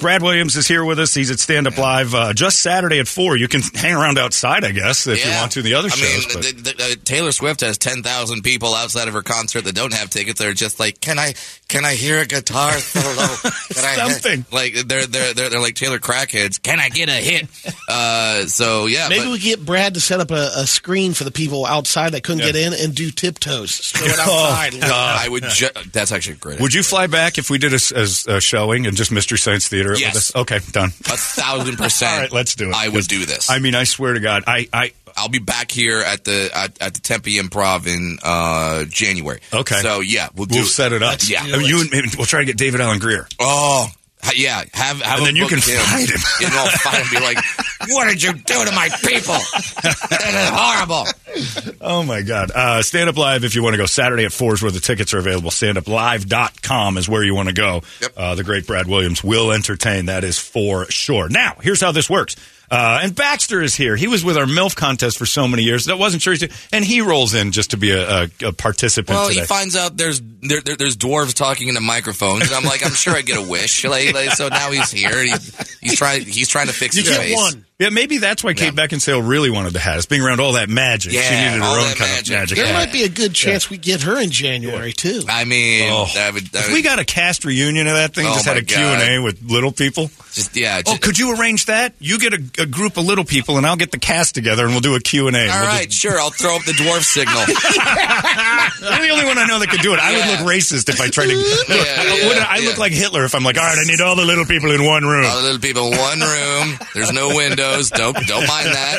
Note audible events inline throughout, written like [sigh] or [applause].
Brad Williams is here with us. He's at Stand Up Live uh, just Saturday at 4. You can hang around outside, I guess, if you Yeah. want to in the other I shows. mean, but- the, the, the, Taylor Swift has ten thousand people outside of her concert that don't have tickets. They're just like, can I, can I hear a guitar [laughs] solo? Can I hear-" Something. like they're they're they're, they're like Taylor crackheads. Can I get a hit? Uh, so yeah, Maybe but- we get Brad to set up a, a screen for the people outside that couldn't get in and do tiptoes. Just Throw it outside. Oh, I would. Ju- that's actually a great. Would you fly back if we did a, s- as a showing and just Mystery Science Theater? it Yes. With us? Okay, done. a thousand percent. [laughs] All right, let's do it. I would do this. I mean, I swear to God, I, I I'll be back here at the at, at the Tempe Improv in uh, January. okay. So yeah, we'll, do we'll set it up. Yeah. I mean, you and, and we'll try to get David Allen Greer. Oh, ha- yeah. Have And have him then you book can him. fight him. [laughs] and I'll fight him. Be like, what did you do to my people? That is horrible. Oh my God! Uh, Stand up live if you want to go. Saturday at four is where the tickets are available. Standuplive.com is where you want to go. Yep. Uh, the great Brad Williams will entertain. That is for sure. Now, here's how this works. Uh, and Baxter is here. He was with our MILF contest for so many years. That wasn't sure. He's and he rolls in just to be a, a, a participant. Well, today. he finds out there's there, there, there's dwarves talking into microphones, and I'm like, I'm sure I get a wish. Like, like, so now he's here. and He's, he's trying. He's trying to fix You his get face. one. Yeah, maybe that's why Kate Beckinsale really wanted the hat. It's being around all that magic. she Yeah, needed her all own that kind of magic. magic. There Yeah. might be a good chance we get her in January, too. I mean, Oh. I would, I If would we got a cast reunion of that thing, Oh just had my a Q&A with little people. just yeah. Oh, Just, could you arrange that? You get a, a group of little people, and I'll get the cast together, and we'll do a Q&A. and all we'll right, sure. I'll throw up the dwarf [laughs] signal. just- I'm the only one I know that could do it. I Yeah. would look racist if I tried [laughs] to. yeah, Would I, I look yeah. like Hitler if I'm like, all right, I need all the little people in one room. All the little people, in one room. There's no windows. Don't don't mind that.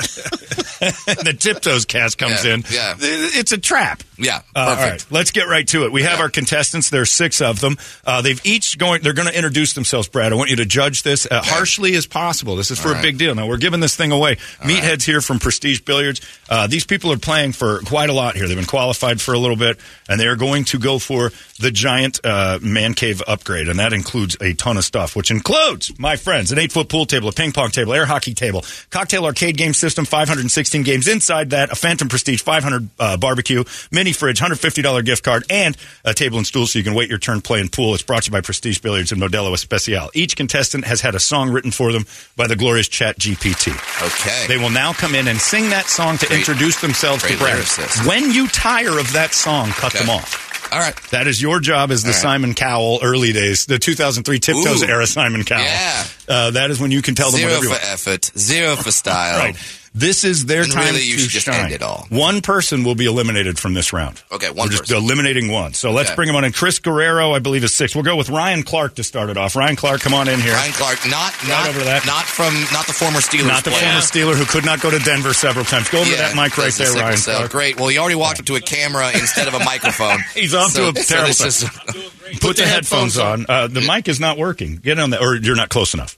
[laughs] the tiptoes cast comes Yeah, in. yeah. It's a trap. Yeah, Uh, all perfect. right, let's get right to it. We have Yeah. our contestants. There are six of them. Uh, they've each going. They're going to introduce themselves. Brad, I want you to judge this uh, harshly as possible. This is for a right. big deal. Now we're giving this thing away. Meatheads here from Prestige Billiards. Uh, these people are playing for quite a lot here. They've been qualified for a little bit, and they are going to go for the giant uh, man cave upgrade, and that includes a ton of stuff, which includes my friends an eight foot pool table, a ping pong table, air hockey table, cocktail arcade game system, five hundred and sixteen games inside that, a Phantom Prestige five hundred uh, barbecue, mini fridge, hundred fifty dollar gift card, and a table and stool so you can wait your turn playing pool. It's brought to you by Prestige Billiards and Modelo Especial. Each contestant has had a song written for them by the glorious Chat GPT. Okay. They will now come in and sing that song to introduce themselves to Great Brad. lyricist. When you tire of that song, cut Okay. them off. All right. That is your job as the All right. Simon Cowell early days, the 2003 Tiptoes Ooh. era Simon Cowell. Yeah. Uh, that is when you can tell them Zero whatever you for want. effort, zero for style. Right. This is their And time really, you to should just shine. end it all. One person will be eliminated from this round. Okay, one We're just person. eliminating one. So let's Okay. bring him on in. Chris Guerrero, I believe, is six. We'll go with Ryan Clark to start it off. Ryan Clark, come on in here. Ryan Clark, not not over that. not from not the former Steelers. Not the player. former Steeler who could not go to Denver several times. Go over Yeah, that mic right that's the there, sickle Ryan cell. Clark. Great. Well, he already walked up to a camera instead of a microphone. [laughs] He's off to a terrible this [laughs] start. is- Put the headphones on. Uh, the mic is not working. Get on that, or you're not close enough.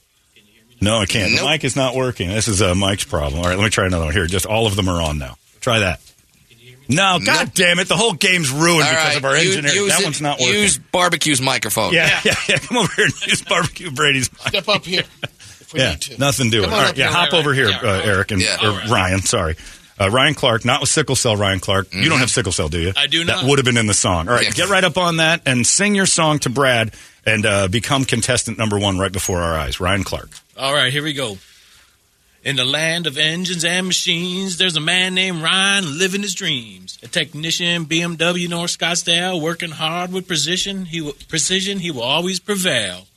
No, I can't. The Nope. mic is not working. This is uh, Mike's problem. All right, let me try another one here. Just all of them are on now. Try that. No, god Nope. damn it! The whole game's ruined All because right, of our you- engineer. use that it- one's not working. Use barbecue's [laughs] microphone. [laughs] yeah, yeah, yeah. Come over here and use barbecue Brady's mic. Step up here. We yeah, need to. nothing doing. Come All on right, up yeah, here, hop Ryan. over here, Yeah, uh, Ryan. Eric and Yeah. or All right. Ryan. Sorry, uh, Ryan Clark, not with sickle cell. Ryan Clark, you don't have sickle cell, do you? I do That not. would have been in the song. All right, Yeah. get right up on that and sing your song to Brad and uh, become contestant number one right before our eyes. Ryan Clark. All right, here we go. In the land of engines and machines, there's a man named Ryan living his dreams. A technician, BMW North Scottsdale, working hard with precision. He will, precision, he will always prevail.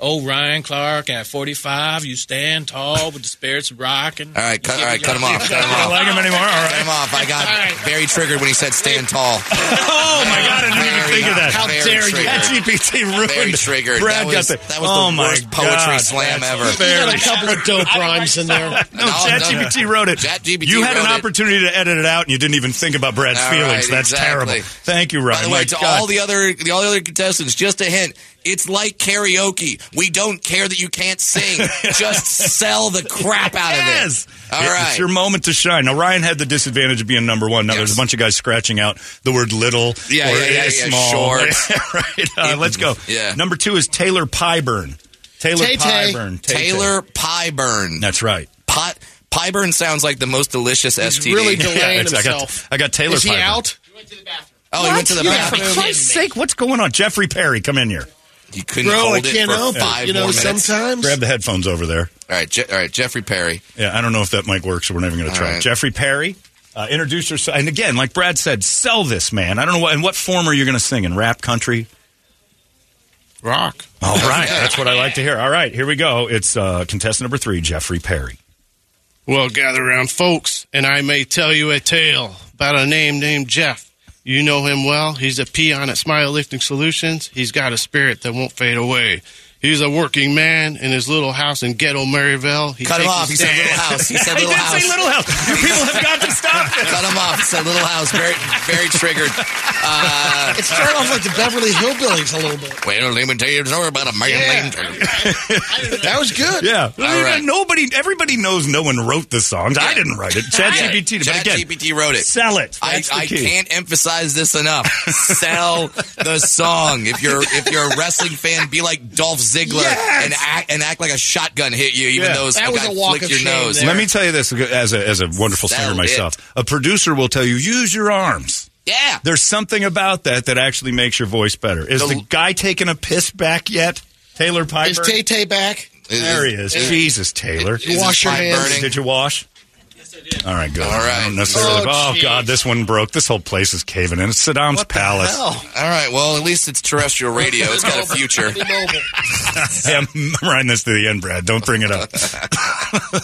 Oh, Ryan Clark, at 45, you stand tall with the spirits rocking. All right, cut, all right, cut him off. [laughs] Cut him I don't off. like him anymore. All Cut right. him off. I got very triggered when he said stand tall. Oh my God, I didn't even Very- think of that. How very dare you. triggered. That GPT ruined. Very triggered. Brad That was- got the. that was the oh my worst God, poetry slam that's ever. You You got fairly a couple of dope rhymes in there. [laughs] No, No, ChatGPT wrote it. ChatGPT you had an wrote it. opportunity to edit it out, and you didn't even think about Brad's All feelings. right, That's exactly. terrible. Thank you, Ryan. By the way, My to God. all the other the, all the other contestants, just a hint: it's like karaoke. We don't care that you can't sing. [laughs] just sell the crap out Yes. of it. All It- right. It's your moment to shine. Now, Ryan had the disadvantage of being number one. Now, there's a Yes. bunch of guys scratching out the word little Yeah, or yeah, yeah, eh, yeah, small. [laughs] short. right. Uh, let's go. Yeah. Number two is Taylor Pyburn. Taylor Tay-Tay. Pyburn. Tay-Tay. Taylor Pyburn. That's right. Pot, Pyburn sounds like the most delicious STD. really delaying Yeah, it's- I, got, himself. I got Taylor Is he Pyburn. out? oh, he went to the Yeah, bathroom. For Christ's sake, what's going on? Jeffrey Perry, come in here. You couldn't Bro, hold I it can't for help five it. You know, more minutes. sometimes. Grab the headphones over there. All right, Je- all right, Jeffrey Perry. Yeah, I don't know if that mic works, so we're not even going to try. it. right. Jeffrey Perry, uh, introduce yourself. And again, like Brad said, sell this, man. I don't know what, in what form are you going to sing in rap country? Rock. All right, that's what I like to hear. All right, here we go. It's uh, contestant number three, Jeffrey Perry. Well, gather around, folks, and I may tell you a tale about a name named Jeff. You know him well. He's a peon at Smile Lifting Solutions. He's got a spirit that won't fade away. He's a working man in his little house in ghetto Maryville. He Cut him takes a off. He said stand- Little House. He [laughs] said Little did House. say Little House. You people have got to stop this. Cut him off. He said Little House. Very, very [laughs] triggered. It started off like the Beverly Hillbillies a little bit. Well, let me tell you a story about a man [laughs] named. That was good. Yeah, right. nobody, everybody knows no one wrote the songs. I didn't write it. ChatGPT did. But again, ChatGPT wrote it. sell it. I, That's the I key. can't emphasize this enough. Sell the song. If you're if you're a wrestling fan, be like Dolph Ziggler Yes! and act and act like a shotgun hit you, even Yeah. though That a was guy a walk flicked of your shame nose. there. Let me tell you this as a, as a wonderful Sell singer it. myself. A producer will tell you, use your arms. Yeah. There's something about that that actually makes your voice better. Is the, The- guy taking a piss back yet? Taylor Piper? Is Tay Tay back? Is- there he is. Jesus, Taylor. is his Wash your pipe hands. burning? Did you wash? All right, good. All right. I don't necessarily- Oh, oh, God, this one broke. This whole place is caving in. It's Saddam's palace. All right. Well, at least it's terrestrial radio. It's got a future. T-Mobile. Hey, I'm [laughs] I'm writing this to the end, Brad. Don't bring it [laughs] up. [laughs]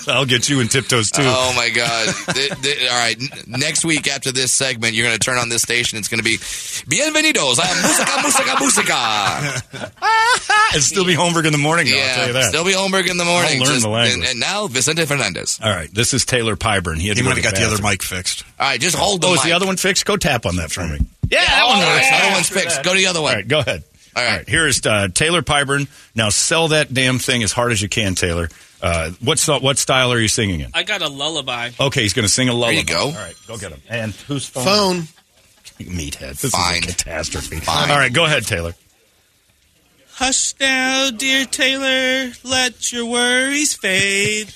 I'll get you in tiptoes, too. Oh my God! Th- th- all right, N- next week after this segment, you're going to turn on this station. It's going to be Bienvenidos, a música, [laughs] música, música. Ah, It'll still be homework in the morning, though, I'll tell you Yeah, that. still be Holmberg in the morning. I'll learn the language. and, and now Vicente Fernandez. All right, this is Taylor Pyburn. He, had to He go might to have got the other bathroom. mic fixed. All right, just hold the Oh, is mic. the other one fixed? Go tap on that for me. Yeah, that one works. yeah. That one's fixed. Go to the other All one. right, go ahead. All right. here is uh, Taylor Pyburn. Now sell that damn thing as hard as you can, Taylor. Uh, what so- what style are you singing in? I got a lullaby. Okay, he's going to sing a lullaby. you go. All right, go get him. And whose phone? Phone. Meathead. This Fine. is a catastrophe. Fine. All right, go ahead, Taylor. [laughs] Hush now, dear Taylor, let your worries fade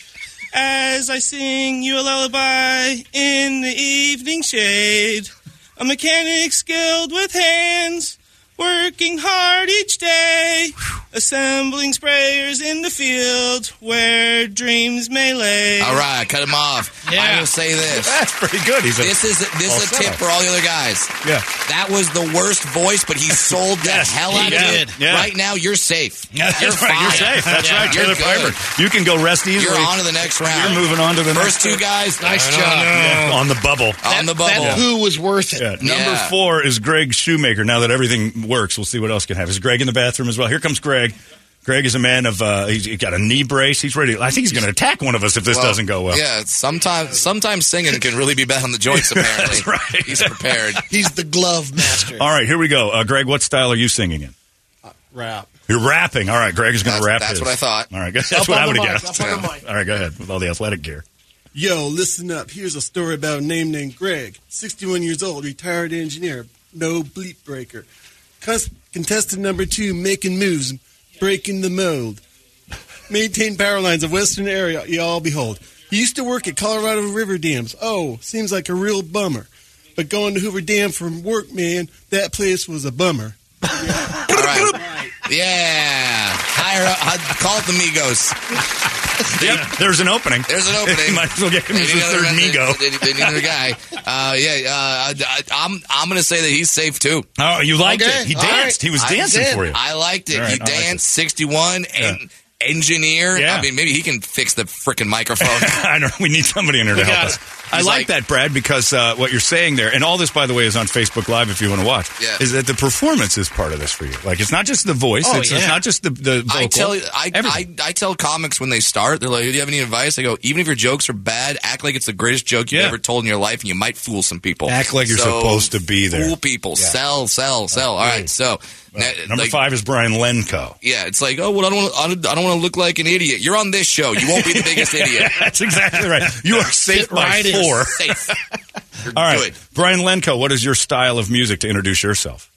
as I sing you a lullaby in the evening shade. A mechanic skilled with hands, working hard each day, assembling sprayers in the field where dreams may lay. All right, cut him off. I will say [laughs] this. That's pretty good. He's a, This is this is a Falsetto. tip for all the other guys. [laughs] yeah. That was the worst voice, but he sold the Yes, hell he out of did. it. Yeah. Right now, [laughs] you're safe. That's you're right. You're fine. safe. That's Yeah. right, You're Taylor good. Pyburn. You can go rest easily. [laughs] You're on to the next round. You're moving on to the First next two guys, nice job. Yeah, [laughs] on the bubble. On the bubble. That who was worth it. Yeah. Number Yeah. four is Greg Shoemaker. Now that everything works, we'll see what else can happen. Is Greg in the bathroom as well? Here comes Greg. Greg is a man of. Uh, he's he's got a knee brace. He's ready. I think he's going to attack one of us if this doesn't go well. Yeah, sometimes sometimes singing can really be bad on the joints. [laughs] Apparently, That's right. [laughs] He's prepared. He's the glove master. All right, here we go. Uh, Greg, what style are you singing in? Rap. You're rapping. All right, Greg is going to rap. That's- that's his. what I thought. All right, [laughs] that's what I would have guessed. up on the All right, go ahead with all the athletic gear. Yo, listen up. Here's a story about a name named Greg, 61 years old, retired engineer, no bleep breaker. Cons- contestant number two, making moves, breaking the mold. maintain power lines of western area you all behold. He used to work at Colorado River Dams. Oh, seems like a real bummer. But going to Hoover Dam from work, man, that place was a bummer. All right. Yeah. Hire up. hi- Call it the Migos. Yep, there's an opening. [laughs] There's an opening. Might as well get him They as the need another- third Migo. They, they need another guy. [laughs] Uh, yeah. Uh, I, am I'm gonna say that he's safe too. Oh, you liked Okay, it. He all right. danced. He was I dancing did. for you. I liked it. All right, he I like it. danced 61 and engineer. Yeah. I mean, maybe he can fix the freaking microphone. [laughs] I know. We need somebody in there to got help it. us. I He's like, like- that, Brad, because uh, what you're saying there, and all this, by the way, is on Facebook Live if you want to watch, Yeah. is that the performance is part of this for you. Like, it's not just the voice, Oh, it's, it's yeah. not just the, the vocal. I tell you, I, I, everything. I tell comics when they start, they're like, "Do you have any advice?" I go, "Even if your jokes are bad, act like it's the greatest joke you've Yeah. ever told in your life, and you might fool some people. Act like you're supposed to be there. Fool people, sell, sell, sell. All right, so na- Number uh, like, five is Brian Lenko. Yeah, it's like, oh, well, I don't, wanna, I don't, I don't want to look like an idiot. You're on this show. You won't be the [laughs] biggest idiot. That's exactly right. You [laughs] are safe Fit by right in. four. [laughs] Uh, Safe. You're All right. good. Brian Lenko, what is your style of music to introduce yourself?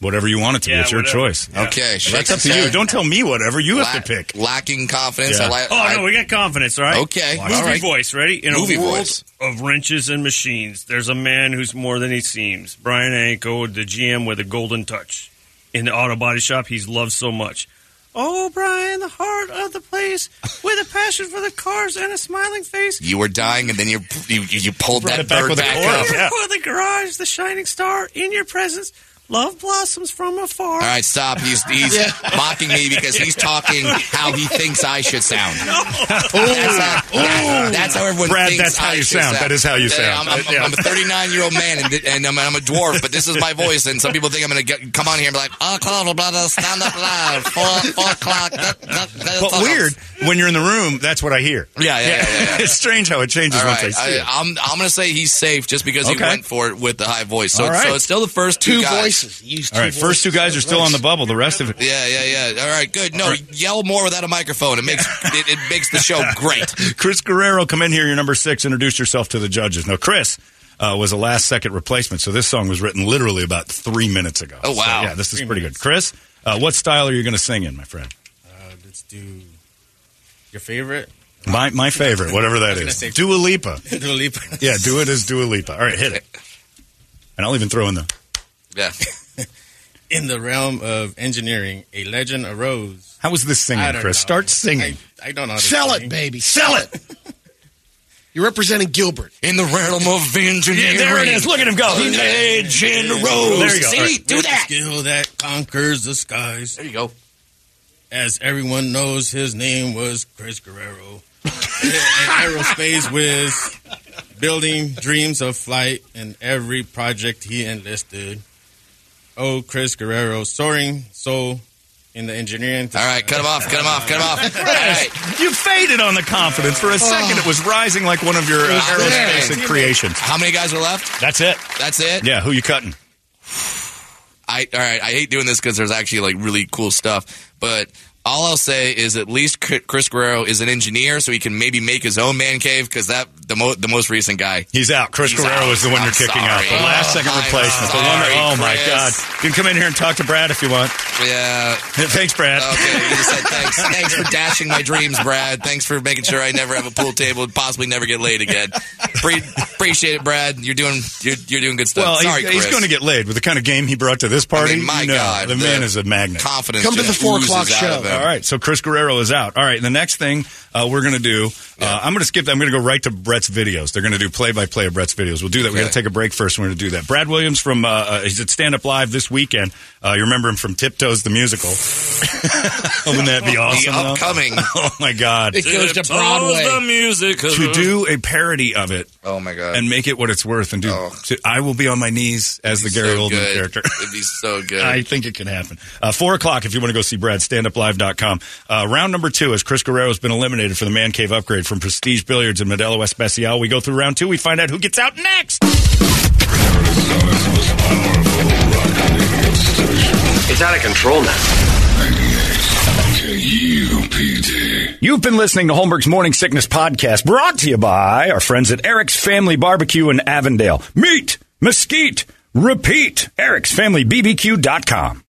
Whatever you want it to be. Yeah, It's your whatever. choice. Oh, Okay, That's up to you. Don't tell me whatever. You have to pick. Lacking confidence. Yeah. I like. Oh, I- no, we got confidence, all right? Okay, Movie all right. voice, ready? In Movie a world voice. of wrenches and machines, there's a man who's more than he seems. Brian Anko, the GM with a golden touch. In the auto body shop he's loved so much. Oh, Brian, the heart of the place, with a passion for the cars and a smiling face. you were dying, and then you you, you pulled Brought that it back bird with a back chorus. up. Yeah. For the garage, the shining star, in your presence, love blossoms from afar. All right, stop. He's he's mocking me because he's talking how he thinks I should sound. That's, how, that's- that's how everyone Brad, thinks that's how I you should sound. That is how you Yeah, sound. I'm, I'm, Yeah. I'm a 39 year old man and, th- and I'm, I'm a dwarf, but this is my voice. And some people think I'm going to come on here and be like, oh, blah, blah, blah, blah, stand up loud, four, four o'clock. da- da- da- But fuck weird, off." when you're in the room, that's what I [laughs] hear. Yeah, yeah, yeah. yeah, yeah. [laughs] it's strange how it changes All once right, I see I, it. I'm I'm gonna say he's safe just because he Okay. went for it with the high voice. So, All it's- so right. it's still the first two, Two guys. voices. Use two All right, first two voices. guys are still on the bubble. The rest of it. Yeah, yeah, yeah. All right, good. No, yell more without a microphone. [laughs] It makes it, it makes the show great. Chris Guerrero, come in here. You're number six. Introduce yourself to the judges. Now, Chris uh, was a last second replacement, so this song was written literally about three minutes ago. Oh, So, wow. yeah, this is pretty good. Chris, uh, what style are you going to sing in, my friend? Let's do your favorite. [laughs] My, my favorite, whatever that is. say- Dua Lipa. Dua Lipa. Yeah, do it as Dua Lipa. All right, hit it. And I'll even throw in the. Yeah. In the realm of engineering, a legend arose. How was this I singing, don't Chris? know. Start singing. I, I don't know. How to Sell sing. it, baby. Sell it. [laughs] You're representing Gilbert. In the realm of Yeah, engineering. there it is. Look at him go. Legend Rose. There you go. See, All right. do With the that. skill that conquers the skies. There you go. As everyone knows, his name was Chris Guerrero, an aerospace whiz, building dreams of flight in every project he enlisted. Oh, Chris Guerrero, soaring soul in the engineering. All right, cut him off. Cut him off. Cut him off. All right. You faded on the confidence. For a second, it was rising like one of your uh, aerospace there. creations. How many guys are left? That's it. That's it. Yeah, who you cutting? I all right. I hate doing this because there's actually like really cool stuff, but. All I'll say is at least Cr- Chris Guerrero is an engineer, so he can maybe make his own man cave. Because that the mo- the most recent guy, He's out. Chris He's Guerrero out. is the one I'm you're kicking out. The sorry. last second I'm replacement. the one that- oh, sorry, my Chris. God. You can come in here and talk to Brad if you want. [laughs] yeah, Thanks, Brad. Okay, you just said thanks. thanks for dashing my dreams, Brad. Thanks for making sure I never have a pool table and possibly never get laid again. Pre- appreciate it, Brad. You're doing you're, you're doing good stuff. Well, Sorry, he's, he's Chris. going to get laid with the kind of game he brought to this I party. mean, my you know, God, the, man is a magnet. Confidence. Come to just the four oozes o'clock out show. of him. All right, so Chris Guerrero is out. All right, the next thing uh, we're going to do, uh, I'm going to skip that. I'm going to go right to Brett's videos. They're going to do play by play of Brett's videos. We'll do that. We're Okay. going to take a break first. We're going to do that. Brad Williams from, uh, uh, he's at Stand Up Live this weekend. Uh, you remember him from Tiptoes the Musical. [laughs] Wouldn't that be [laughs] The awesome? though? upcoming. Oh, my [laughs] God. [laughs] It goes to Broadway. music. to do a parody of it Mm-hmm. Oh my god. Oh. and make it what it's worth and do to- I will be on my knees as the He's Gary so Oldman good. character. It'd [laughs] be so good. I think it can happen. Uh, Four o'clock if you want to go see Brad, standuplive.com. Uh, round number two is Chris Guerrero has been eliminated for the Man Cave upgrade from Prestige Billiards and Modelo Especial. We go through round two. We find out who gets out next. It's out of control now. KUPD. You've been listening to Holmberg's Morning Sickness Podcast, brought to you by our friends at Eric's Family Barbecue in Avondale. Meet, mesquite, repeat. Eric'sFamilyBBQ.com.